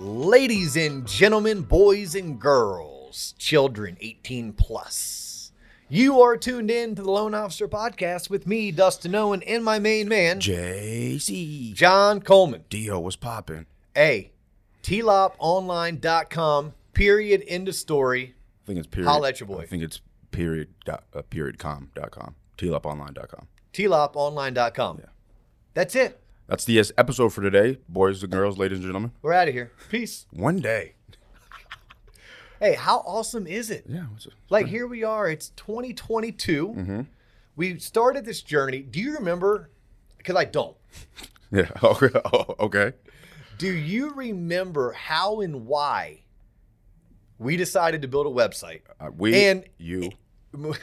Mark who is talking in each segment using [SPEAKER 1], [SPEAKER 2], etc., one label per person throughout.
[SPEAKER 1] Ladies and gentlemen, boys and girls, children 18 plus, you are tuned in to the Lone Officer Podcast with me, Dustin Owen, and my main man,
[SPEAKER 2] JC.
[SPEAKER 1] John Coleman.
[SPEAKER 2] Dio was popping.
[SPEAKER 1] A, tloponline.com, period, end of story.
[SPEAKER 2] I think it's period.
[SPEAKER 1] Holla at your boy.
[SPEAKER 2] I think it's period. Dot, uh, periodcom.com. Tealoponline.com.
[SPEAKER 1] tloponline.com.
[SPEAKER 2] Yeah.
[SPEAKER 1] That's it.
[SPEAKER 2] That's the es- episode for today, boys and girls, ladies and gentlemen.
[SPEAKER 1] We're out of here. Peace.
[SPEAKER 2] One day.
[SPEAKER 1] Hey, how awesome is it?
[SPEAKER 2] Yeah. What's it?
[SPEAKER 1] Like here we are. It's 2022.
[SPEAKER 2] Mm-hmm.
[SPEAKER 1] We started this journey. Do you remember? Because I don't.
[SPEAKER 2] Yeah. Okay. Oh, okay.
[SPEAKER 1] Do you remember how and why we decided to build a website?
[SPEAKER 2] Uh, we
[SPEAKER 1] And-
[SPEAKER 2] you.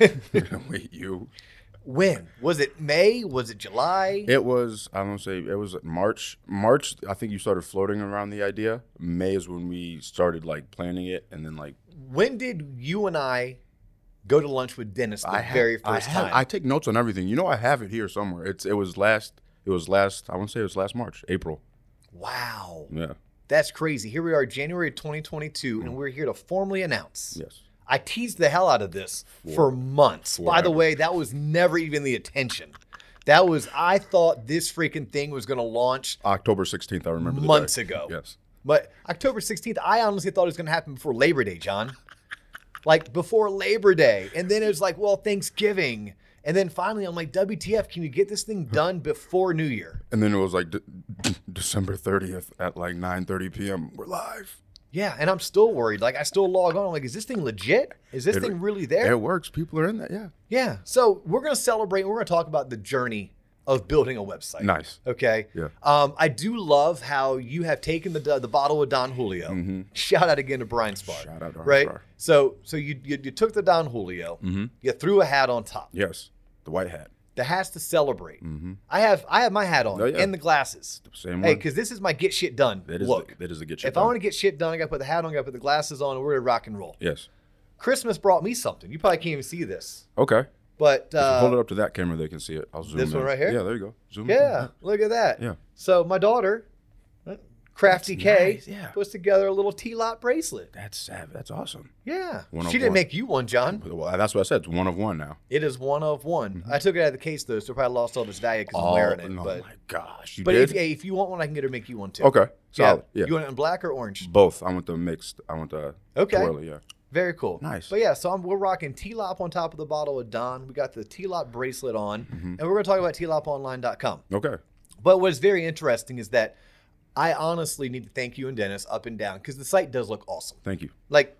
[SPEAKER 2] we you.
[SPEAKER 1] when was it? May? Was it July?
[SPEAKER 2] It was. I don't say it was March. March. I think you started floating around the idea. May is when we started like planning it, and then like
[SPEAKER 1] when did you and I go to lunch with Dennis the
[SPEAKER 2] ha-
[SPEAKER 1] very
[SPEAKER 2] I
[SPEAKER 1] first
[SPEAKER 2] have-
[SPEAKER 1] time?
[SPEAKER 2] I take notes on everything. You know, I have it here somewhere. It's it was last. It was last. I want to say it was last March, April.
[SPEAKER 1] wow,
[SPEAKER 2] Yeah.
[SPEAKER 1] that's crazy. Here we are, January of 2022,
[SPEAKER 2] Mm.
[SPEAKER 1] and we're here to formally announce.
[SPEAKER 2] Yes.
[SPEAKER 1] I teased the hell out of this for months. By the
[SPEAKER 2] forever.
[SPEAKER 1] way, that was never even the attention. That was I thought this freaking thing was going to launch,
[SPEAKER 2] October sixteenth. I remember. the day.
[SPEAKER 1] Months ago.
[SPEAKER 2] Yes.
[SPEAKER 1] but October 16th, I honestly thought it was going to happen before Labor Day, John. Like before Labor Day. And then it was like, well, Thanksgiving. And then finally, I'm like, WTF, can you get this thing done before New Year?
[SPEAKER 2] And then it was like de- December thirtieth at like nine thirty p.m. We're live.
[SPEAKER 1] Yeah. And I'm still worried. Like, I still log on. I'm like, is this thing legit? Is this
[SPEAKER 2] It-
[SPEAKER 1] thing really there?
[SPEAKER 2] It works. People are in that. Yeah.
[SPEAKER 1] yeah. So we're going to celebrate. We're going to talk about the journey of building a website.
[SPEAKER 2] Nice.
[SPEAKER 1] Okay.
[SPEAKER 2] Yeah.
[SPEAKER 1] Um, I do love how you have taken the the bottle of Don Julio. Shout out again to Brian's bar.
[SPEAKER 2] Mm-hmm. Shout out to Brian's
[SPEAKER 1] right.
[SPEAKER 2] Bar.
[SPEAKER 1] So so you, you you took the Don Julio.
[SPEAKER 2] Mm-hmm.
[SPEAKER 1] You threw a hat on top.
[SPEAKER 2] Yes. The white hat.
[SPEAKER 1] The hat's to celebrate. I have I have my hat on
[SPEAKER 2] Oh, yeah.
[SPEAKER 1] and the glasses.
[SPEAKER 2] Same
[SPEAKER 1] Hey,
[SPEAKER 2] one.
[SPEAKER 1] because this is my get shit done.
[SPEAKER 2] That is.
[SPEAKER 1] Look,
[SPEAKER 2] the, that is the get shit.
[SPEAKER 1] if I want to get shit done, I got to put the hat on, got to put the glasses on, and we're gonna rock and roll.
[SPEAKER 2] Yes.
[SPEAKER 1] Christmas brought me something. You probably can't even see this,
[SPEAKER 2] Okay.
[SPEAKER 1] but
[SPEAKER 2] If you hold it
[SPEAKER 1] uh,
[SPEAKER 2] up to that camera. They can see it. I'll zoom.
[SPEAKER 1] this
[SPEAKER 2] in.
[SPEAKER 1] one right here?
[SPEAKER 2] Yeah. There you go. Zoom. in.
[SPEAKER 1] yeah, look at that.
[SPEAKER 2] Mm-hmm. Yeah.
[SPEAKER 1] So my daughter, uh, Crafty K,
[SPEAKER 2] nice, yeah.
[SPEAKER 1] puts together a little T lot bracelet.
[SPEAKER 2] That's savage. That's awesome.
[SPEAKER 1] Yeah.
[SPEAKER 2] One of
[SPEAKER 1] she didn't
[SPEAKER 2] one.
[SPEAKER 1] make you one, John.
[SPEAKER 2] Well, that's what I said. It's one of one now.
[SPEAKER 1] It is one of one. I took it out of the case though, so it probably lost all its value because I'm wearing it.
[SPEAKER 2] Mm-hmm. Oh, no,
[SPEAKER 1] but
[SPEAKER 2] my gosh, you
[SPEAKER 1] but
[SPEAKER 2] did.
[SPEAKER 1] if, hey, if you want one, I can get her to make you one too.
[SPEAKER 2] okay,
[SPEAKER 1] Yeah.
[SPEAKER 2] solid. Yeah,
[SPEAKER 1] You want it in black or orange?
[SPEAKER 2] both. I want the mixed. I want the
[SPEAKER 1] Okay.
[SPEAKER 2] twirly. Yeah,
[SPEAKER 1] Very cool.
[SPEAKER 2] Nice.
[SPEAKER 1] But yeah, so I'm, we're rocking T-Lop on top of the bottle of Don. We got the T-Lop bracelet on, and we're going to talk about T-LopOnline.com.
[SPEAKER 2] Mm-hmm. okay.
[SPEAKER 1] But what is very interesting is that I honestly need to thank you and Dennis up and down because the site does look awesome.
[SPEAKER 2] Thank you.
[SPEAKER 1] Like,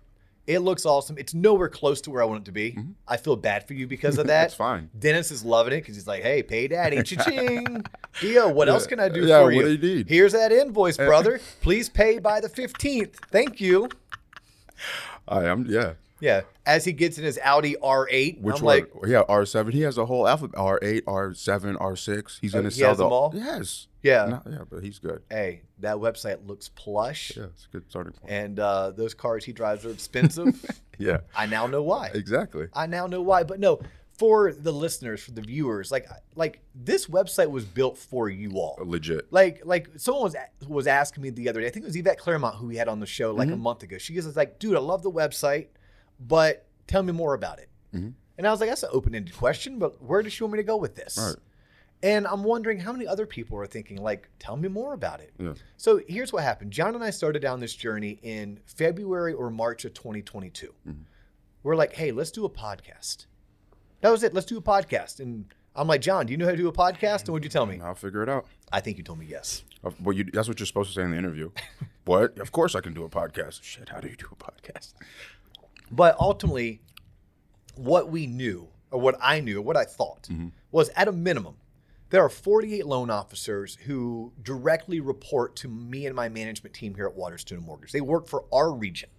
[SPEAKER 1] it looks awesome. It's nowhere close to where I want it to be. I feel bad for you because of that.
[SPEAKER 2] Mm-hmm. That's fine.
[SPEAKER 1] Dennis is loving it because he's like, "Hey, pay daddy, cha-ching, Dio. What else can I do
[SPEAKER 2] Yeah,
[SPEAKER 1] for
[SPEAKER 2] what
[SPEAKER 1] you?
[SPEAKER 2] do you need? Eh.
[SPEAKER 1] Here's that invoice, brother. Please pay by the fifteenth. Thank you."
[SPEAKER 2] I am. Yeah.
[SPEAKER 1] Yeah, as he gets in his Audi R8,
[SPEAKER 2] Which
[SPEAKER 1] I'm
[SPEAKER 2] one?
[SPEAKER 1] like,
[SPEAKER 2] yeah, R seven. He has a whole alphabet. R eight, R seven, R six. He's gonna
[SPEAKER 1] Uh, he
[SPEAKER 2] sell
[SPEAKER 1] has
[SPEAKER 2] the-
[SPEAKER 1] them all?
[SPEAKER 2] Yes.
[SPEAKER 1] "Yeah,
[SPEAKER 2] No, yeah, but he's good.
[SPEAKER 1] hey, that website looks plush,
[SPEAKER 2] Yeah, it's a good starting point.
[SPEAKER 1] and uh, those cars he drives are expensive.
[SPEAKER 2] Yeah,
[SPEAKER 1] I now know why.
[SPEAKER 2] exactly.
[SPEAKER 1] I now know why. But no, for the listeners, for the viewers, like like this website was built for you all.
[SPEAKER 2] Legit.
[SPEAKER 1] Like like someone was was asking me the other day. I think it was Yvette Claremont who we had on the show like a
[SPEAKER 2] Mm-hmm.
[SPEAKER 1] month ago. She was like, "Dude, I love the website, but tell me more about it."
[SPEAKER 2] Mm-hmm.
[SPEAKER 1] And I was like, "That's an open-ended question, but where does she want me to go with this?"
[SPEAKER 2] Right.
[SPEAKER 1] And I'm wondering how many other people are thinking like, "Tell me more about it."
[SPEAKER 2] Yeah.
[SPEAKER 1] So here's what happened. John and I started down this journey in February or March of 2022.
[SPEAKER 2] Mm-hmm.
[SPEAKER 1] We're like, hey, let's do a podcast. That was it. Let's do a podcast. And I'm like, John, do you know how to do a podcast? And what'd you tell me?
[SPEAKER 2] I'll figure it out.
[SPEAKER 1] I think you told me yes.
[SPEAKER 2] Uh, Well, you, that's what you're supposed to say in the interview. what? Of course I can do a podcast. Shit, how do you do a podcast?
[SPEAKER 1] But ultimately, what we knew, or what I knew, what I thought, was at a minimum, there are 48 loan officers who directly report to me and my management team here at Waterstone Mortgage. They work for our region.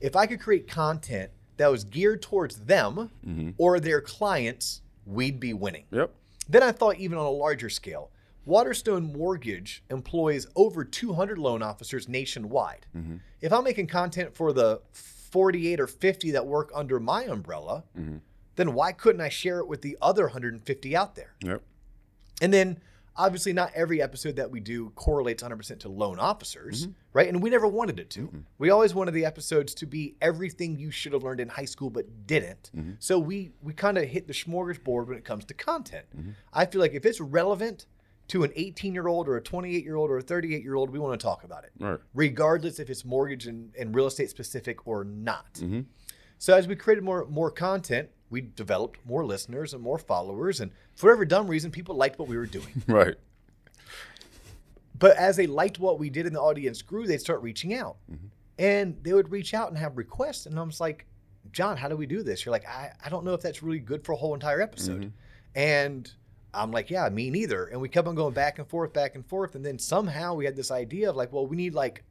[SPEAKER 1] If I could create content that was geared towards them or their clients, we'd be winning.
[SPEAKER 2] Yep.
[SPEAKER 1] Then I thought even on a larger scale. Waterstone Mortgage employs over 200 loan officers nationwide. If I'm making content for the 48 or 50 that work under my umbrella, then why couldn't I share it with the other 150 out there?
[SPEAKER 2] Yep.
[SPEAKER 1] And then obviously not every episode that we do correlates 100% to loan officers, right? And we never wanted it to. We always wanted the episodes to be everything you should have learned in high school but didn't. So we we kind of hit the smorgasbord when it comes to content. I feel like if it's relevant to an 18-year-old or a 28-year-old or a 38-year-old, we want to talk about it
[SPEAKER 2] Right.
[SPEAKER 1] regardless if it's mortgage and, and real estate specific or not. So as we created more more content, we developed more listeners and more followers, and for whatever dumb reason, people liked what we were doing.
[SPEAKER 2] Right.
[SPEAKER 1] but as they liked what we did and the audience grew, they'd start reaching out,
[SPEAKER 2] Mm-hmm.
[SPEAKER 1] and they would reach out and have requests, and I'm just like, John, how do we do this? You're like, I, I don't know if that's really good for a whole entire episode,
[SPEAKER 2] Mm-hmm.
[SPEAKER 1] and I'm like, yeah, me neither. And we kept on going back and forth, back and forth, and then somehow we had this idea of like, well, we need like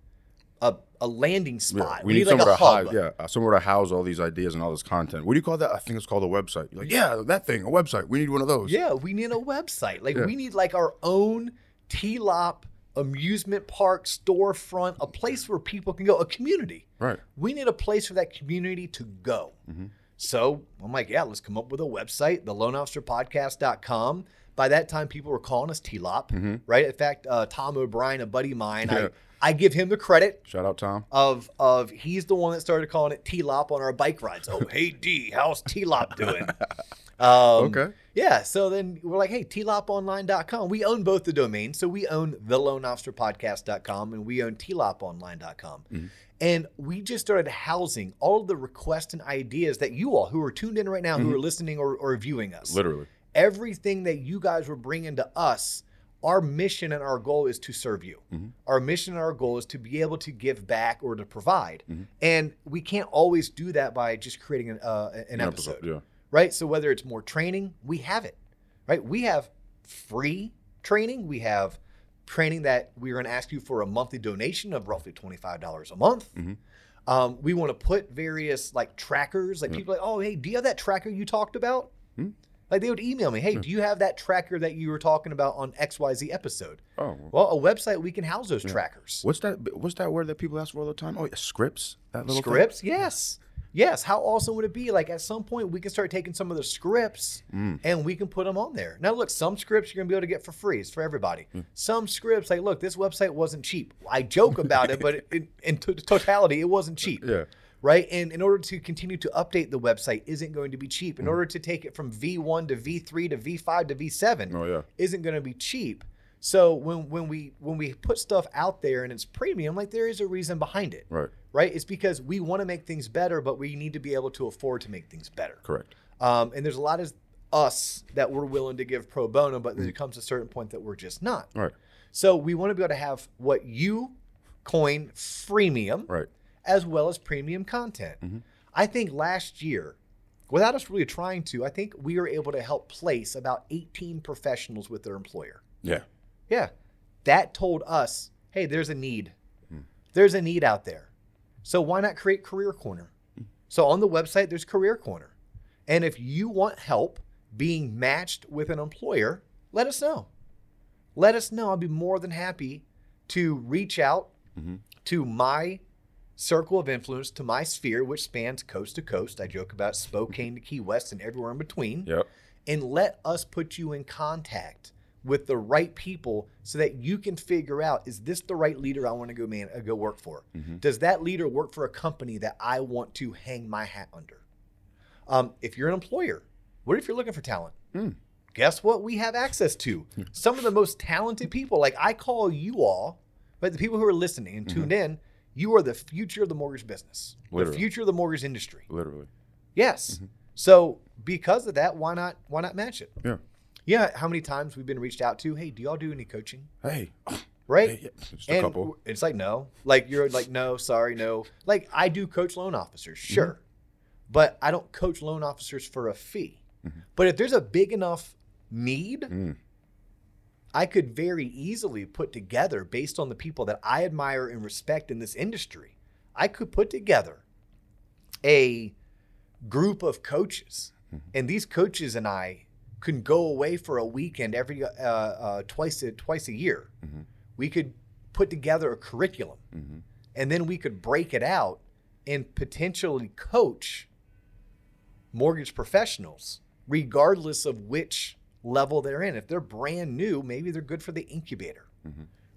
[SPEAKER 1] a, a landing
[SPEAKER 2] Yeah,
[SPEAKER 1] spot.
[SPEAKER 2] we, need, somewhere
[SPEAKER 1] like a
[SPEAKER 2] to house,
[SPEAKER 1] hub.
[SPEAKER 2] yeah, uh, somewhere to house all these ideas and all this content. What do you call that? I think it's called a website. You're like, yeah, that thing, a website. We need one of those.
[SPEAKER 1] Yeah, we need a website. Like we need like our own TLOP amusement park storefront, a place where people can go, a community.
[SPEAKER 2] Right.
[SPEAKER 1] We need a place for that community to go.
[SPEAKER 2] Mm-hmm.
[SPEAKER 1] So I'm like, yeah, let's come up with a website, the loanofficerpodcast.com. By that time, people were calling us TLOP, right? In fact, uh, Tom O'Brien, a buddy of mine,
[SPEAKER 2] Mm-hmm. Yeah.
[SPEAKER 1] I, I give him the credit
[SPEAKER 2] Shout out Tom.
[SPEAKER 1] of of he's the one that started calling it T-Lop on our bike rides. Oh, hey D, how's T-Lop doing? Um,
[SPEAKER 2] Okay.
[SPEAKER 1] Yeah. So then we're like, hey, tloponline.com. We own both the domains. So we own the loan officer podcast.com and we own tloponline.com. And we just started housing all of the requests and ideas that you all who are tuned in right now, who are listening or, or viewing us
[SPEAKER 2] Literally.
[SPEAKER 1] everything that you guys were bringing to us our mission and our goal is to serve you our mission and our goal is to be able to give back or to provide and we can't always do that by just creating an, uh, an episode,
[SPEAKER 2] Yeah.
[SPEAKER 1] right so whether it's more training we have it right we have free training we have training that we're going to ask you for a monthly donation of roughly $25 a month um, we want to put various like trackers like people are like oh hey do you have that tracker you talked about like they would email me, hey, do you have that tracker that you were talking about on XYZ episode?
[SPEAKER 2] Oh.
[SPEAKER 1] Well,
[SPEAKER 2] well,
[SPEAKER 1] a website we can house those trackers.
[SPEAKER 2] What's that? What's that word that people ask for all the time? Oh, yeah, scripts. That little thing?
[SPEAKER 1] Scripts? Yes. Yes. How awesome would it be? Like at some point we can start taking some of the scripts
[SPEAKER 2] Mm.
[SPEAKER 1] and we can put them on there. Now look, some scripts you're gonna be able to get for free. It's for everybody.
[SPEAKER 2] Mm.
[SPEAKER 1] Some scripts, like look, this website wasn't cheap. I joke about it, but it, in in to- totality, it wasn't cheap.
[SPEAKER 2] Yeah.
[SPEAKER 1] right? And in order to continue to update the website isn't going to be cheap.
[SPEAKER 2] Mm.
[SPEAKER 1] In order to take it from V1 to V3 to V5 to V7
[SPEAKER 2] Oh, yeah.
[SPEAKER 1] isn't going to be cheap. So when when we when we put stuff out there and it's premium, like there is a reason behind it.
[SPEAKER 2] Right.
[SPEAKER 1] Right? It's because we want to make things better, but we need to be able to afford to make things better.
[SPEAKER 2] Correct.
[SPEAKER 1] Um, and there's a lot of us that we're willing to give pro bono, but there comes a certain point that we're just not.
[SPEAKER 2] Right.
[SPEAKER 1] So we want to be able to have what you coin freemium
[SPEAKER 2] Right.
[SPEAKER 1] as well as premium content. I think last year, without us really trying to, I think we were able to help place about 18 professionals with their employer.
[SPEAKER 2] Yeah.
[SPEAKER 1] Yeah. That told us, hey, there's a need. There's a need out there. So why not create Career Corner? So on the website, there's Career Corner. And if you want help being matched with an employer, let us know. Let us know. I'll be more than happy to reach out to my circle of influence, to my sphere, which spans coast to coast. I joke about Spokane to Key West and everywhere in between
[SPEAKER 2] Yep.
[SPEAKER 1] and let us put you in contact with the right people so that you can figure out is this the right leader I want to go man uh, go work for?
[SPEAKER 2] Mm-hmm.
[SPEAKER 1] Does that leader work for a company that I want to hang my hat under? Um, if you're an employer, what if you're looking for talent? Guess what we have access to? Some of the most talented people. Like I call you all, but the people who are listening and tuned in, you are the future of the mortgage business,
[SPEAKER 2] Literally.
[SPEAKER 1] the future of the mortgage industry.
[SPEAKER 2] Literally.
[SPEAKER 1] Yes.
[SPEAKER 2] Mm-hmm.
[SPEAKER 1] So because of that, why not why not match it?
[SPEAKER 2] Yeah.
[SPEAKER 1] Yeah, how many times we've been reached out to? Hey, do y'all do any coaching?
[SPEAKER 2] Hey.
[SPEAKER 1] Right?
[SPEAKER 2] hey, yeah, Just a
[SPEAKER 1] and
[SPEAKER 2] couple.
[SPEAKER 1] w- it's like no, like you're like no, sorry, no. Like I do coach loan officers,
[SPEAKER 2] Mm-hmm.
[SPEAKER 1] sure, but I don't coach loan officers for a fee.
[SPEAKER 2] Mm-hmm.
[SPEAKER 1] But if there's a big enough need, I could very easily put together based on the people that I admire and respect in this industry. I could put together a group of coaches, and these coaches and I can go away for a weekend every uh, uh, twice a, twice a year. We could put together a curriculum,
[SPEAKER 2] Mm-hmm.
[SPEAKER 1] and then we could break it out and potentially coach mortgage professionals, regardless of which level they're in. If they're brand new, maybe they're good for the incubator,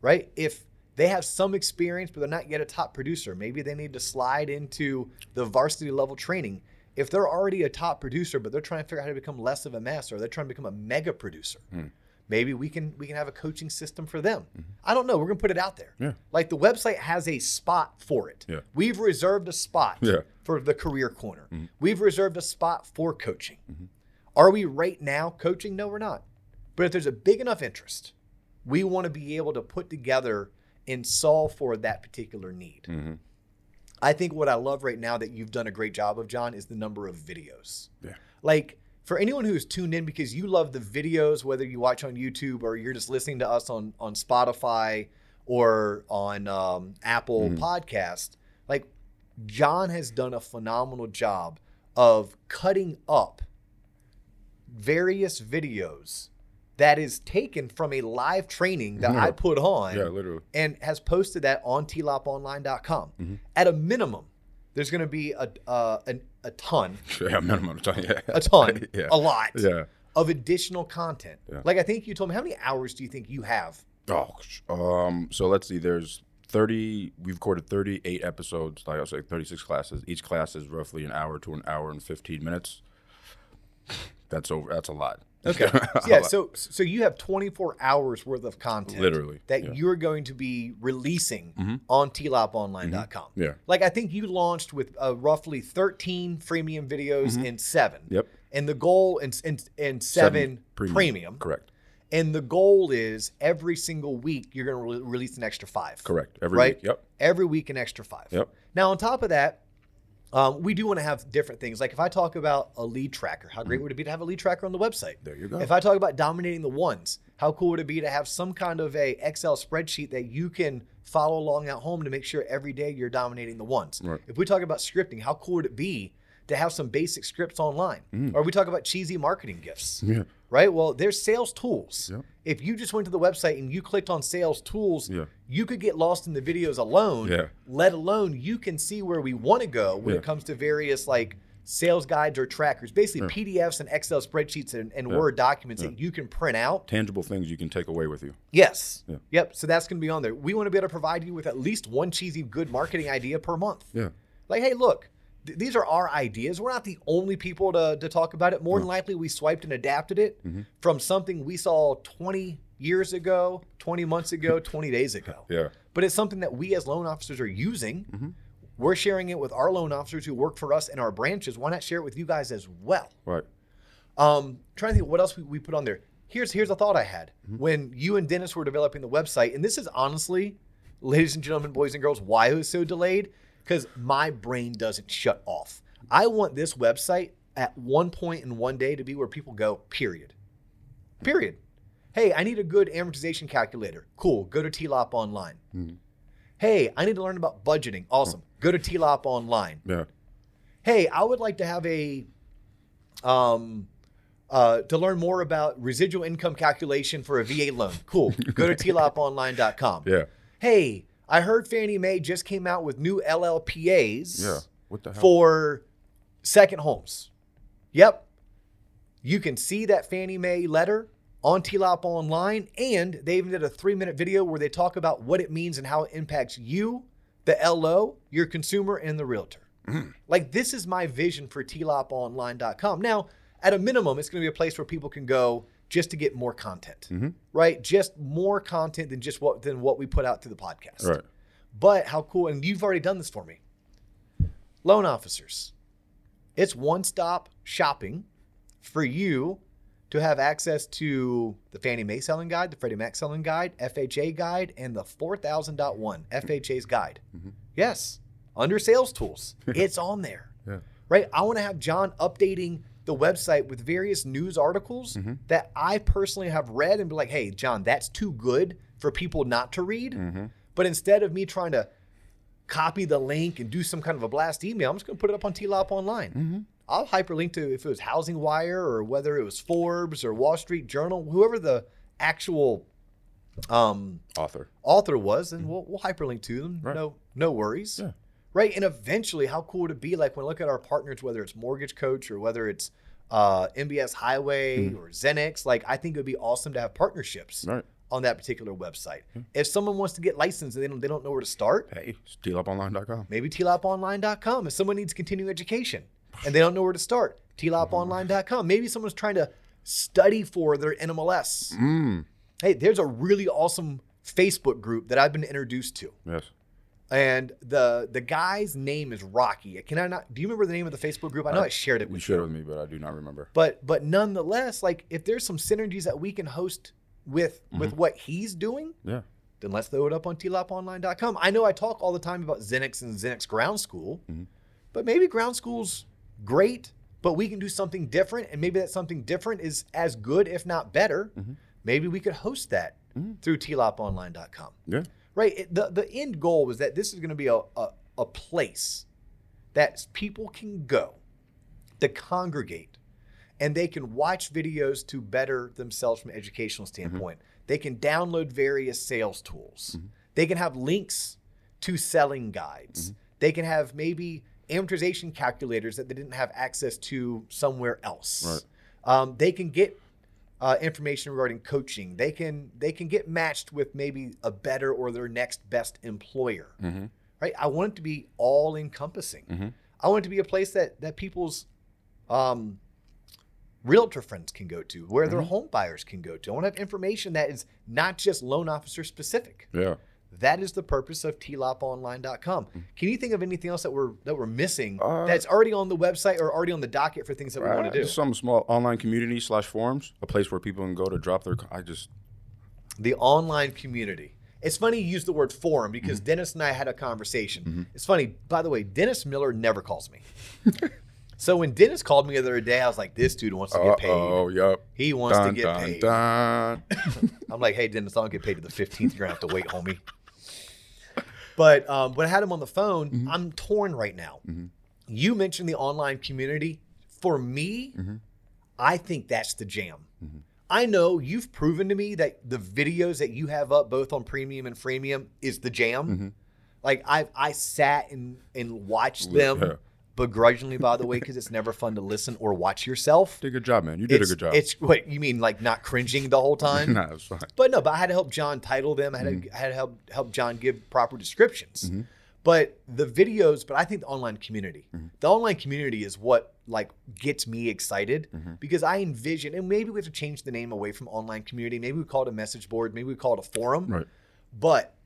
[SPEAKER 1] right? If they have some experience, but they're not yet a top producer, maybe they need to slide into the varsity level training. If they're already a top producer, but they're trying to figure out how to become less of a master, or they're trying to become a mega producer.
[SPEAKER 2] Hmm.
[SPEAKER 1] Maybe we can we can have a coaching system for them. I don't know. We're gonna put it out there.
[SPEAKER 2] Mm-hmm. Yeah.
[SPEAKER 1] Like the website has a spot for it.
[SPEAKER 2] Yeah.
[SPEAKER 1] We've reserved a spot
[SPEAKER 2] Yeah. Mm-hmm.
[SPEAKER 1] for the career corner. We've reserved a spot for coaching. Are we right now coaching? No, we're not. But if there's a big enough interest, we want to be able to put together and solve for that particular need.
[SPEAKER 2] Mm-hmm.
[SPEAKER 1] I think what I love right now that you've done a great job of, John, is the number of videos.
[SPEAKER 2] Yeah.
[SPEAKER 1] Like for anyone who's tuned in because you love the videos, whether you watch on YouTube or you're just listening to us on on Spotify or on um, Apple
[SPEAKER 2] Mm-hmm.
[SPEAKER 1] Podcast, like John has done a phenomenal job of cutting up various videos that is taken from a live training that I put on
[SPEAKER 2] Mm-hmm. Yeah, literally.
[SPEAKER 1] and has posted that on tloponline.com.
[SPEAKER 2] Mm-hmm.
[SPEAKER 1] At a minimum, there's going to be a, uh, an, a ton,
[SPEAKER 2] Yeah, minimum of time. Yeah.
[SPEAKER 1] a ton,
[SPEAKER 2] yeah.
[SPEAKER 1] a lot
[SPEAKER 2] Yeah.
[SPEAKER 1] of additional content.
[SPEAKER 2] Yeah.
[SPEAKER 1] Like I think you told me, how many hours do you think you have?
[SPEAKER 2] Oh, sh- um. So let's see. There's 30. We've recorded 38 episodes. Like I was like 36 classes. Each class is roughly an hour to an hour and 15 minutes. That's over. That's a lot.
[SPEAKER 1] Okay.
[SPEAKER 2] A
[SPEAKER 1] yeah.
[SPEAKER 2] lot.
[SPEAKER 1] So so you have 24 hours worth of content,
[SPEAKER 2] Literally,
[SPEAKER 1] that
[SPEAKER 2] yeah. Mm-hmm.
[SPEAKER 1] you're going to be releasing on tloponline.com.
[SPEAKER 2] Yeah.
[SPEAKER 1] Like I think you launched with uh, roughly 13 freemium videos and seven.
[SPEAKER 2] Mm-hmm. Yep.
[SPEAKER 1] And the goal and and, and seven, premium.
[SPEAKER 2] Correct.
[SPEAKER 1] And the goal is every single week you're going to re- release an extra five.
[SPEAKER 2] Correct. Every
[SPEAKER 1] right?
[SPEAKER 2] week. Yep.
[SPEAKER 1] Every week an extra five.
[SPEAKER 2] Yep.
[SPEAKER 1] Now on top of that, um, we do want to have different things. Like if I talk about a lead tracker, how great would it be to have a lead tracker on the website?
[SPEAKER 2] Mm. There you go.
[SPEAKER 1] If I talk about dominating the ones, how cool would it be to have some kind of a Excel spreadsheet that you can follow along at home to make sure every day you're dominating the ones?
[SPEAKER 2] Right.
[SPEAKER 1] If we talk about scripting, how cool would it be to have some basic scripts online?
[SPEAKER 2] Mm.
[SPEAKER 1] Or we talk about cheesy marketing gifts.
[SPEAKER 2] Yeah.
[SPEAKER 1] Right? Well, there's sales tools.
[SPEAKER 2] Yep.
[SPEAKER 1] If you just went to the website and you clicked on sales tools,
[SPEAKER 2] Yeah.
[SPEAKER 1] you could get lost in the videos alone,
[SPEAKER 2] Yeah.
[SPEAKER 1] let alone you can see where we want to go when it
[SPEAKER 2] Yeah.
[SPEAKER 1] comes to various like sales guides or trackers, basically PDFs and Excel spreadsheets and, and Word documents that you can print out.
[SPEAKER 2] Tangible things you can take away with you.
[SPEAKER 1] Yes.
[SPEAKER 2] Yeah.
[SPEAKER 1] Yep. So that's going to be on there. We want to be able to provide you with at least one cheesy good marketing idea per month.
[SPEAKER 2] Yeah.
[SPEAKER 1] Like, hey, look, th- these are our ideas. We're not the only people to, to talk about it. More than likely, we swiped and adapted it from something we saw 20 years ago, 20 months ago, 20 days ago.
[SPEAKER 2] Yeah.
[SPEAKER 1] But it's something that we as loan officers are using. We're sharing it with our loan officers who work for us in our branches. Why not share it with you guys as well?
[SPEAKER 2] Right.
[SPEAKER 1] Um, trying to think what else we, we put on there. Here's here's a thought I had when you and Dennis were developing the website, and this is honestly, ladies and gentlemen, boys and girls, why it was so delayed because my brain doesn't shut off. I want this website at one point in one day to be where people go. Period. Period. Hey, I need a good amortization calculator. Cool. Go to TLOP online. Hey, I need to learn about budgeting. Awesome. Go to TLOP online
[SPEAKER 2] Yeah.
[SPEAKER 1] hey, I would like to have a, um, uh, to learn more about residual income calculation for a VA loan. Cool. Go to tloponline.com.
[SPEAKER 2] Yeah.
[SPEAKER 1] Hey, I heard Fannie Mae just came out with new LLPAs
[SPEAKER 2] Yeah. What the hell?
[SPEAKER 1] for second homes. Yep. You can see that Fannie Mae letter on TLOP online, and they even did a three minute video where they talk about what it means and how it impacts you, the LO, your consumer, and the realtor. Like, this is my vision for tloponline.com. Now, at a minimum, it's going to be a place where people can go just to get more content, right? Just more content than just what than what we put out through the podcast.
[SPEAKER 2] Right.
[SPEAKER 1] But how cool, and you've already done this for me. Loan officers. It's one stop shopping for you to have access to the Fannie Mae selling guide, the Freddie Mac selling guide, FHA guide, and the 4000.1 FHA's guide. Yes, under sales tools, it's on there.
[SPEAKER 2] Yeah.
[SPEAKER 1] Right? I want to have John updating the website with various news articles that I personally have read and be like, hey, John, that's too good for people not to read.
[SPEAKER 2] mm-hmm.
[SPEAKER 1] But instead of me trying to copy the link and do some kind of a blast email. I'm just going to put it up on TLOP online.
[SPEAKER 2] Mm-hmm.
[SPEAKER 1] I'll hyperlink to if it was Housing Wire or whether it was Forbes or Wall Street Journal, whoever the actual um,
[SPEAKER 2] Author.
[SPEAKER 1] author was, and we'll, we'll hyperlink to them.
[SPEAKER 2] Mm-hmm. Right.
[SPEAKER 1] No, no worries.
[SPEAKER 2] Yeah.
[SPEAKER 1] Right. And eventually, how cool would it be? Like when I look at our partners, whether it's Mortgage Coach or whether it's uh, MBS Highway
[SPEAKER 2] Mm-hmm.
[SPEAKER 1] or Xenix. Like, I think it would be awesome to have partnerships
[SPEAKER 2] Right.
[SPEAKER 1] on that particular website. If someone wants to get licensed and they don't, they don't know where to start,
[SPEAKER 2] Hey, stealuponline.com.
[SPEAKER 1] maybe tloponline.com. If someone needs continuing education and they don't know where to start, tloponline.com. Maybe someone's trying to study for their NMLS. Hey, there's a really awesome Facebook group that I've been introduced to.
[SPEAKER 2] Yes.
[SPEAKER 1] And the the guy's name is Rocky. Can I not do you remember the name of the Facebook group? I know I, shared it
[SPEAKER 2] You
[SPEAKER 1] with
[SPEAKER 2] shared it with me, but I do not remember.
[SPEAKER 1] but but nonetheless, like if there's some synergies that we can host with with what he's doing,
[SPEAKER 2] Yeah.
[SPEAKER 1] then let's throw it up on tloponline.com. I know I talk all the time about Xenix and Xenix Ground School, but maybe Ground School's great, but we can do something different, and maybe that something different is as good, if not better. Maybe we could host that through tloponline.com.
[SPEAKER 2] Yeah.
[SPEAKER 1] Right? It- the, the end goal was that this is going to be a, a, a place that people can go to congregate and they can watch videos to better themselves from an educational standpoint. They can download various sales tools. They can have links to selling guides. They can have maybe amortization calculators that they didn't have access to somewhere else. Um, they can get uh, information regarding coaching. They can they can get matched with maybe a better or their next best employer.
[SPEAKER 2] Mm-hmm.
[SPEAKER 1] Right? I want it to be all encompassing. I want it to be a place that that people's um, realtor friends can go to, where their home buyers can go to. I want to have information that is not just loan officer specific.
[SPEAKER 2] Yeah.
[SPEAKER 1] That is the purpose of tloponline.com. Can you think of anything else that we're that we're missing
[SPEAKER 2] Uh,
[SPEAKER 1] that's already on the website or already on the docket for things that we
[SPEAKER 2] Uh,
[SPEAKER 1] want to do?
[SPEAKER 2] Just some small online community slash forums, a place where people can go to drop their. I just
[SPEAKER 1] the online community. It's funny you use the word forum because
[SPEAKER 2] Mm-hmm.
[SPEAKER 1] Dennis and I had a conversation. It's funny, by the way, Dennis Miller never calls me. so when Dennis called me the other day, I was like, this dude wants to get paid.
[SPEAKER 2] oh yep.
[SPEAKER 1] He wants
[SPEAKER 2] Dun,
[SPEAKER 1] to get
[SPEAKER 2] dun,
[SPEAKER 1] paid.
[SPEAKER 2] dun.
[SPEAKER 1] I'm like, hey, Dennis, I don't get paid to the 15th. You're going to have to wait, homie. But um, when I had him on the phone,
[SPEAKER 2] Mm-hmm.
[SPEAKER 1] I'm torn right now. You mentioned the online community. For me,
[SPEAKER 2] Mm-hmm.
[SPEAKER 1] I think that's the jam. I know you've proven to me that the videos that you have up, both on premium and freemium, is the jam.
[SPEAKER 2] Mm-hmm.
[SPEAKER 1] Like I've I sat and and watched them
[SPEAKER 2] yeah.
[SPEAKER 1] begrudgingly, by the way, because it's never fun to listen or watch yourself.
[SPEAKER 2] Did a good job, man. You did
[SPEAKER 1] it's,
[SPEAKER 2] a good job.
[SPEAKER 1] It's what you mean, like not cringing the whole time.
[SPEAKER 2] nah, it's fine.
[SPEAKER 1] But no, but I had to help John title them. I had, to, I had to help help John give proper descriptions. But the videos, but I think the online community, the online community is what like gets me excited because I envision, and maybe we have to change the name away from online community. Maybe we call it a message board. Maybe we call it a forum.
[SPEAKER 2] Right.
[SPEAKER 1] But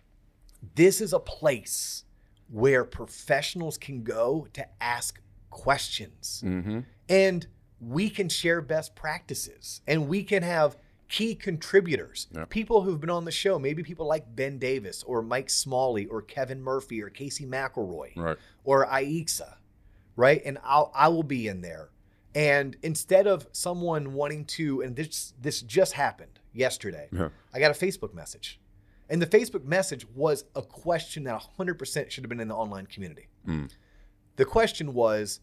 [SPEAKER 1] this is a place where professionals can go to ask questions.
[SPEAKER 2] Mm-hmm.
[SPEAKER 1] And we can share best practices and we can have key contributors, people who've been on the show, maybe people like Ben Davis or Mike Smalley or Kevin Murphy or Casey McElroy
[SPEAKER 2] Right.
[SPEAKER 1] or Aixa, right? And I'll I will be in there. And instead of someone wanting to, and this this just happened yesterday,
[SPEAKER 2] Yeah.
[SPEAKER 1] I got a Facebook message, and the Facebook message was a question that 100% should have been in the online community. The question was,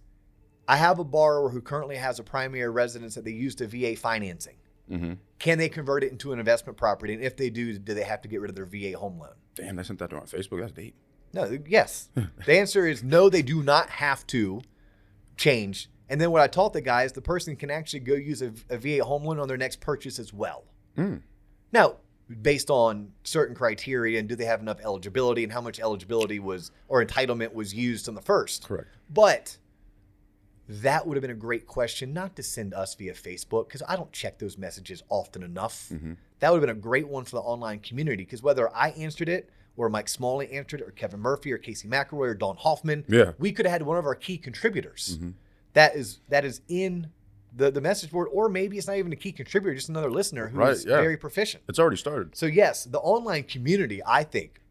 [SPEAKER 1] I have a borrower who currently has a primary residence that they use to VA financing.
[SPEAKER 2] Mm-hmm.
[SPEAKER 1] Can they convert it into an investment property? And if they do, do they have to get rid of their VA home loan?
[SPEAKER 2] Damn, they sent that to our Facebook. That's deep.
[SPEAKER 1] No, yes. the answer is no, they do not have to change. And then what I taught the guy is the person can actually go use a, a VA home loan on their next purchase as well. Now, based on certain criteria and do they have enough eligibility and how much eligibility was or entitlement was used on the first.
[SPEAKER 2] Correct.
[SPEAKER 1] But that would have been a great question not to send us via Facebook because I don't check those messages often enough.
[SPEAKER 2] Mm-hmm.
[SPEAKER 1] That would have been a great one for the online community because whether I answered it or Mike Smalley answered it or Kevin Murphy or Casey McElroy or Don Hoffman,
[SPEAKER 2] Yeah. Mm-hmm.
[SPEAKER 1] we could have had one of our key contributors that is that is in the, the message board, or maybe it's not even a key contributor, just another listener who is
[SPEAKER 2] Right, yeah.
[SPEAKER 1] very proficient.
[SPEAKER 2] It's already started.
[SPEAKER 1] So yes, the online community I think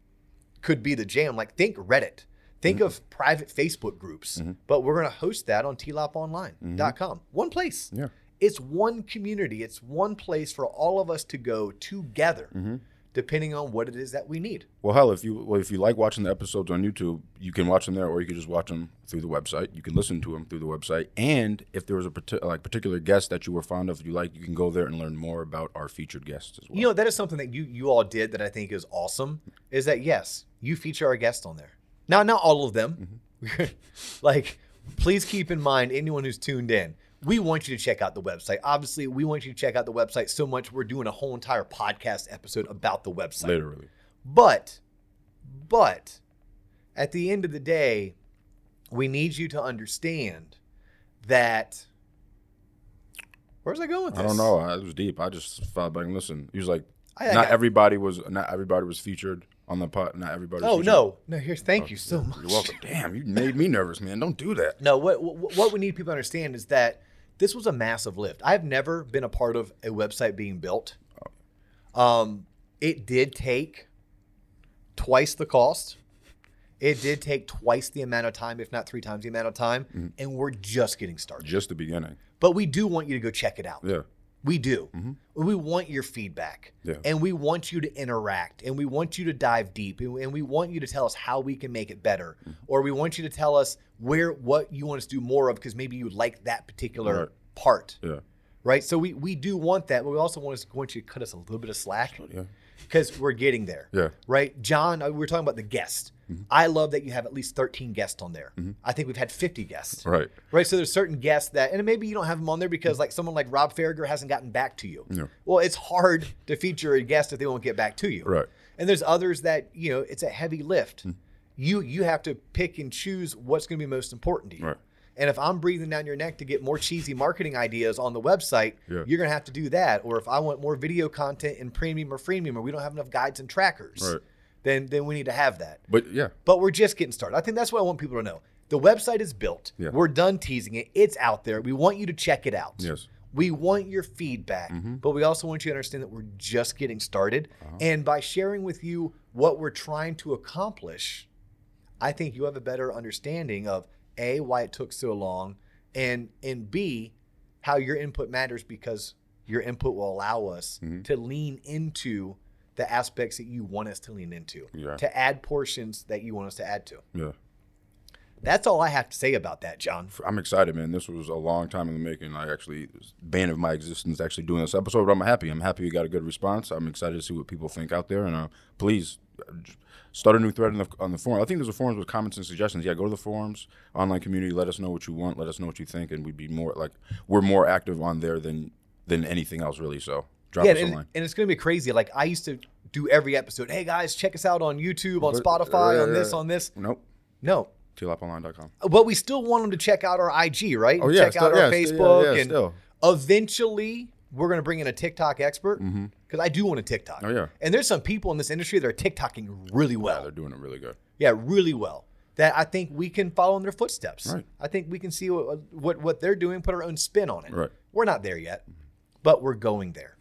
[SPEAKER 1] could be the jam. Like think Reddit, think of private Facebook groups, but we're going to host that on tloponline.com. One place.
[SPEAKER 2] Yeah.
[SPEAKER 1] It's one community. It's one place for all of us to go together, depending on what it is that we need.
[SPEAKER 2] Well, hell, if you well, if you like watching the episodes on YouTube, you can watch them there, or you can just watch them through the website. You can listen to them through the website, and if there was a parti- like particular guest that you were fond of, you like, you can go there and learn more about our featured guests as well.
[SPEAKER 1] You know, that is something that you you all did that I think is awesome. Is that yes, you feature our guests on there.
[SPEAKER 2] Mm-hmm.
[SPEAKER 1] Now, not all of them. like, please keep in mind anyone who's tuned in. we want you to check out the website. Obviously, we want you to check out the website so much we're doing a whole entire podcast episode about the website.
[SPEAKER 2] Literally.
[SPEAKER 1] But, but at the end of the day, we need you to understand that. Where's I going with
[SPEAKER 2] I
[SPEAKER 1] this?
[SPEAKER 2] don't know. I, it was deep. I just felt like, listen, he was like,
[SPEAKER 1] I- I
[SPEAKER 2] not
[SPEAKER 1] got-
[SPEAKER 2] everybody was not everybody was featured on the pot. Not everybody. was
[SPEAKER 1] Oh
[SPEAKER 2] featured.
[SPEAKER 1] no, no. Here, thank you so much.
[SPEAKER 2] Oh, You're welcome. Damn, you made me nervous, man. Don't do that.
[SPEAKER 1] No, what what what we need people to understand is that this was a massive lift. I've never been a part of a website being built. Um, it did take twice the cost. It did take twice the amount of time, if not three times the amount of time,
[SPEAKER 2] Mm-hmm.
[SPEAKER 1] and we're just getting started.
[SPEAKER 2] Just the beginning.
[SPEAKER 1] But we do want you to go check it out.
[SPEAKER 2] Yeah.
[SPEAKER 1] We do. We want your feedback.
[SPEAKER 2] Mm-hmm. Yeah.
[SPEAKER 1] And we want you to interact and we want you to dive deep and and we want you to tell us how we can make it better
[SPEAKER 2] Mm-hmm.
[SPEAKER 1] or we want you to tell us where what you want us to do more of because maybe you like that particular
[SPEAKER 2] Right.
[SPEAKER 1] part.
[SPEAKER 2] Yeah.
[SPEAKER 1] Right? So we we do want that, but we also want us want you to cut us a little bit of slack
[SPEAKER 2] Yeah.
[SPEAKER 1] cuz we're getting there.
[SPEAKER 2] Yeah. Mm-hmm.
[SPEAKER 1] Right? John, uh, we were talking about the guest. I love that you have at least 13 guests on there. I think we've had 50 guests.
[SPEAKER 2] Right.
[SPEAKER 1] Right. So there's certain guests that, and maybe you don't have them on there because like someone like Rob Farragher hasn't gotten back to you.
[SPEAKER 2] Mm. No.
[SPEAKER 1] Well, it's hard to feature a guest if they won't get back to you.
[SPEAKER 2] Right. Mm.
[SPEAKER 1] And there's others that you know it's a heavy lift. You you have to pick and choose what's going to be most important to you.
[SPEAKER 2] Right.
[SPEAKER 1] And if I'm breathing down your neck to get more cheesy marketing ideas on the website,
[SPEAKER 2] Yeah.
[SPEAKER 1] you're going to have to do that. Or if I want more video content in premium or freemium, or we don't have enough guides and trackers,
[SPEAKER 2] Right.
[SPEAKER 1] then then we need to have that
[SPEAKER 2] But yeah.
[SPEAKER 1] but we're just getting started. I think that's what I want people to know. The website is built.
[SPEAKER 2] Yeah.
[SPEAKER 1] We're done teasing it. It's out there. We want you to check it out.
[SPEAKER 2] Yes.
[SPEAKER 1] We want your feedback, but we also want you to understand that we're just getting started. And by sharing with you what we're trying to accomplish, I think you have a better understanding of A, why it took so long, and and B, how your input matters because your input will allow us to lean into the aspects that you want us to lean into,
[SPEAKER 2] Yeah.
[SPEAKER 1] to add portions that you want us to add to.
[SPEAKER 2] Yeah.
[SPEAKER 1] That's all I have to say about that, John.
[SPEAKER 2] I'm excited, man. This was a long time in the making. I actually bane of my existence actually doing this episode, but I'm happy. I'm happy you got a good response. I'm excited to see what people think out there, and uh, please uh, j- start a new thread on the on the forum. I think there's a forums with comments and suggestions. Yeah, go to the forums, online community. Let us know what you want. Let us know what you think, and we'd be more like we're more active on there than than anything else, really. So drop
[SPEAKER 1] Yeah,
[SPEAKER 2] us a
[SPEAKER 1] and,
[SPEAKER 2] line.
[SPEAKER 1] and it's going to be crazy. Like I used to do every episode. Hey guys, check us out on YouTube, on Spotify, on this, on this.
[SPEAKER 2] Nope.
[SPEAKER 1] No,
[SPEAKER 2] TLAPonline.com.
[SPEAKER 1] but we still want them to check out our IG, right?
[SPEAKER 2] Oh, yeah,
[SPEAKER 1] check out our
[SPEAKER 2] still- yeah, still- yeah,
[SPEAKER 1] Facebook,
[SPEAKER 2] yeah,
[SPEAKER 1] and
[SPEAKER 2] still.
[SPEAKER 1] eventually we're going to bring in a TikTok expert because I do want a TikTok.
[SPEAKER 2] Mm-hmm. Oh, yeah.
[SPEAKER 1] and there's some people in this industry that are TikToking really well.
[SPEAKER 2] They're doing it really good.
[SPEAKER 1] Yeah, really well. That I think we can follow in their footsteps.
[SPEAKER 2] Right.
[SPEAKER 1] I think we can see what what, what they're doing, put our own spin on it.
[SPEAKER 2] Right.
[SPEAKER 1] We're not there yet, but we're going there.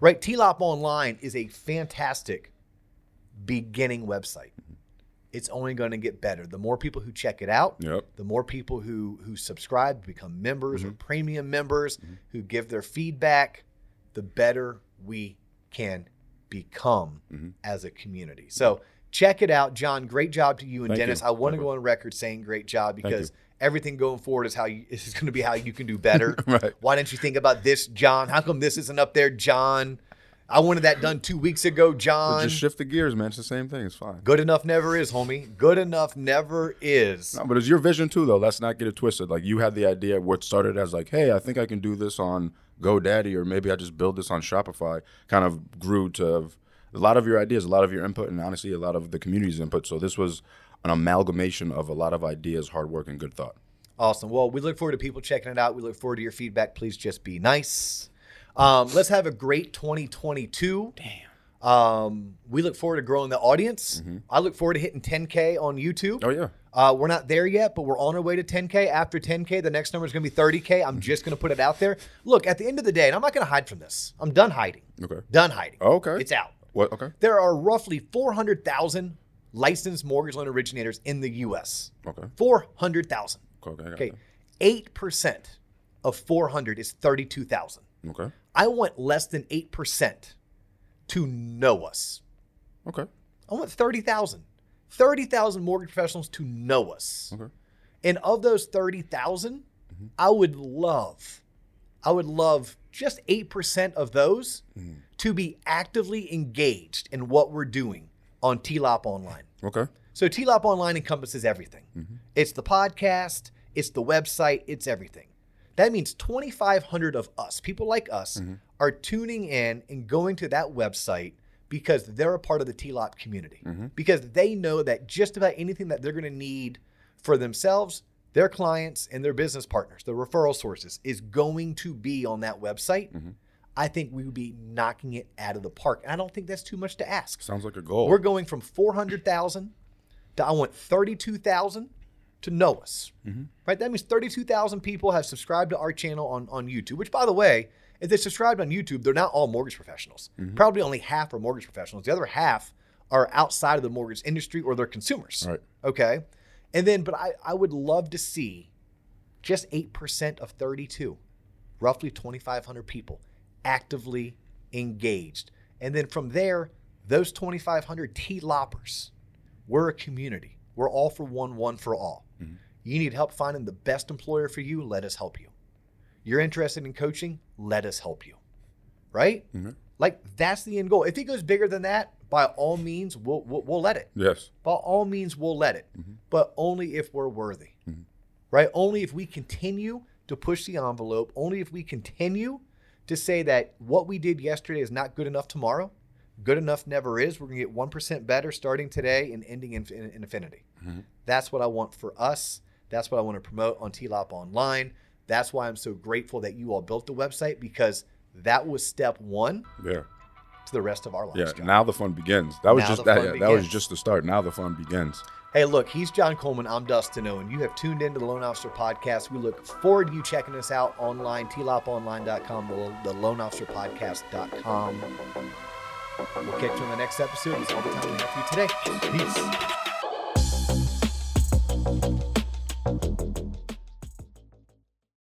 [SPEAKER 1] Right. TLOP Online is a fantastic beginning website. It's only going to get better. The more people who check it out,
[SPEAKER 2] Yep.
[SPEAKER 1] the more people who who subscribe, become members
[SPEAKER 2] Mm-hmm.
[SPEAKER 1] or premium members, who give their feedback, the better we can become
[SPEAKER 2] Mm-hmm.
[SPEAKER 1] as a community. So check it out, John. Great job to you and
[SPEAKER 2] Thank
[SPEAKER 1] Dennis.
[SPEAKER 2] you.
[SPEAKER 1] I want to go on record saying great job because
[SPEAKER 2] you.
[SPEAKER 1] everything going forward is how you, is going to be how you can do better.
[SPEAKER 2] Right.
[SPEAKER 1] Why didn't you think about this, John? How come this isn't up there, John? I wanted that done two weeks ago, John.
[SPEAKER 2] Just shift the gears, man. It's the same thing. It's fine.
[SPEAKER 1] Good enough never is, homie. Good enough never is.
[SPEAKER 2] No, but it's your vision too, though. Let's not get it twisted. Like you had the idea, what started as like, hey, I think I can do this on GoDaddy, or maybe I just build this on Shopify, kind of grew to have a lot of your ideas, a lot of your input, and honestly, a lot of the community's input. So this was an amalgamation of a lot of ideas, hard work, and good thought.
[SPEAKER 1] Awesome. Well, we look forward to people checking it out. We look forward to your feedback. Please just be nice. Um, let's have a great 2022. Damn. Um, we look forward to growing the audience. I look forward to hitting 10K on YouTube.
[SPEAKER 2] Oh yeah,
[SPEAKER 1] Uh, we're not there yet, but we're on our way to 10K. After 10K, the next number is going to be 30K. I'm just going to put it out there. Look, at the end of the day, and I'm not going to hide from this. I'm done hiding.
[SPEAKER 2] Okay.
[SPEAKER 1] Done hiding.
[SPEAKER 2] Okay.
[SPEAKER 1] It's out.
[SPEAKER 2] what? Okay,
[SPEAKER 1] There are roughly 400,000 licensed mortgage loan originators in the U.S.
[SPEAKER 2] okay,
[SPEAKER 1] 400,000.
[SPEAKER 2] okay, I got
[SPEAKER 1] Okay, eight percent of four hundred is thirty-two thousand.
[SPEAKER 2] that. okay,
[SPEAKER 1] I want less than eight percent to know us.
[SPEAKER 2] okay,
[SPEAKER 1] I want thirty thousand. Thirty thousand mortgage professionals to know us.
[SPEAKER 2] okay.
[SPEAKER 1] And of those 30,000, I would love, I would love just 8% of those to be actively engaged in what we're doing on TLOP Online.
[SPEAKER 2] Okay.
[SPEAKER 1] So TLOP Online encompasses everything. It's the podcast, it's the website, it's everything. That means 2,500 of us, people like us, are tuning in and going to that website because they're a part of the TLOP community. Because they know that just about anything that they're going to need for themselves, their clients, and their business partners, the referral sources, is going to be on that website. I think we would be knocking it out of the park. And I don't think that's too much to ask.
[SPEAKER 2] Sounds like a goal.
[SPEAKER 1] We're going from 400,000 to I want 32,000 to know us. Right? That means 32,000 people have subscribed to our channel on, on YouTube, which, by the way, if they subscribed on YouTube, they're not all mortgage professionals. Probably only half are mortgage professionals. The other half are outside of the mortgage industry or they're consumers.
[SPEAKER 2] Right.
[SPEAKER 1] Okay. And then, but I, I would love to see just 8% of 32, roughly 2,500 people actively engaged. And then from there, those 2,500 T loppers, we're a community. We're all for one, one for all. You need help finding the best employer for you, let us help you. You're interested in coaching, let us help you. Right? Like that's the end goal. If it goes bigger than that, by all means, we'll, we'll, we'll let it
[SPEAKER 2] yes.
[SPEAKER 1] by all means we'll let it but only if we're worthy right only if we continue to push the envelope only if we continue to say that what we did yesterday is not good enough tomorrow good enough never is we're going to get 1% better starting today and ending in, in infinity that's what i want for us that's what i want to promote on tlop online that's why i'm so grateful that you all built the website because that was step one
[SPEAKER 2] Yeah.
[SPEAKER 1] to the rest of our lives
[SPEAKER 2] Yeah.
[SPEAKER 1] guys.
[SPEAKER 2] Now the fun begins. That was
[SPEAKER 1] Now the
[SPEAKER 2] just that.
[SPEAKER 1] fun
[SPEAKER 2] yeah, that was
[SPEAKER 1] begins.
[SPEAKER 2] just the start. Now the fun begins.
[SPEAKER 1] Hey, look, he's John Coleman. I'm Dustin Owen. You have tuned into the Loan Officer Podcast. We look forward to you checking us out online, tloponline.com, the, the loanofficerpodcast.com. We'll catch you on the next episode. It's all the time we have for you today. Peace.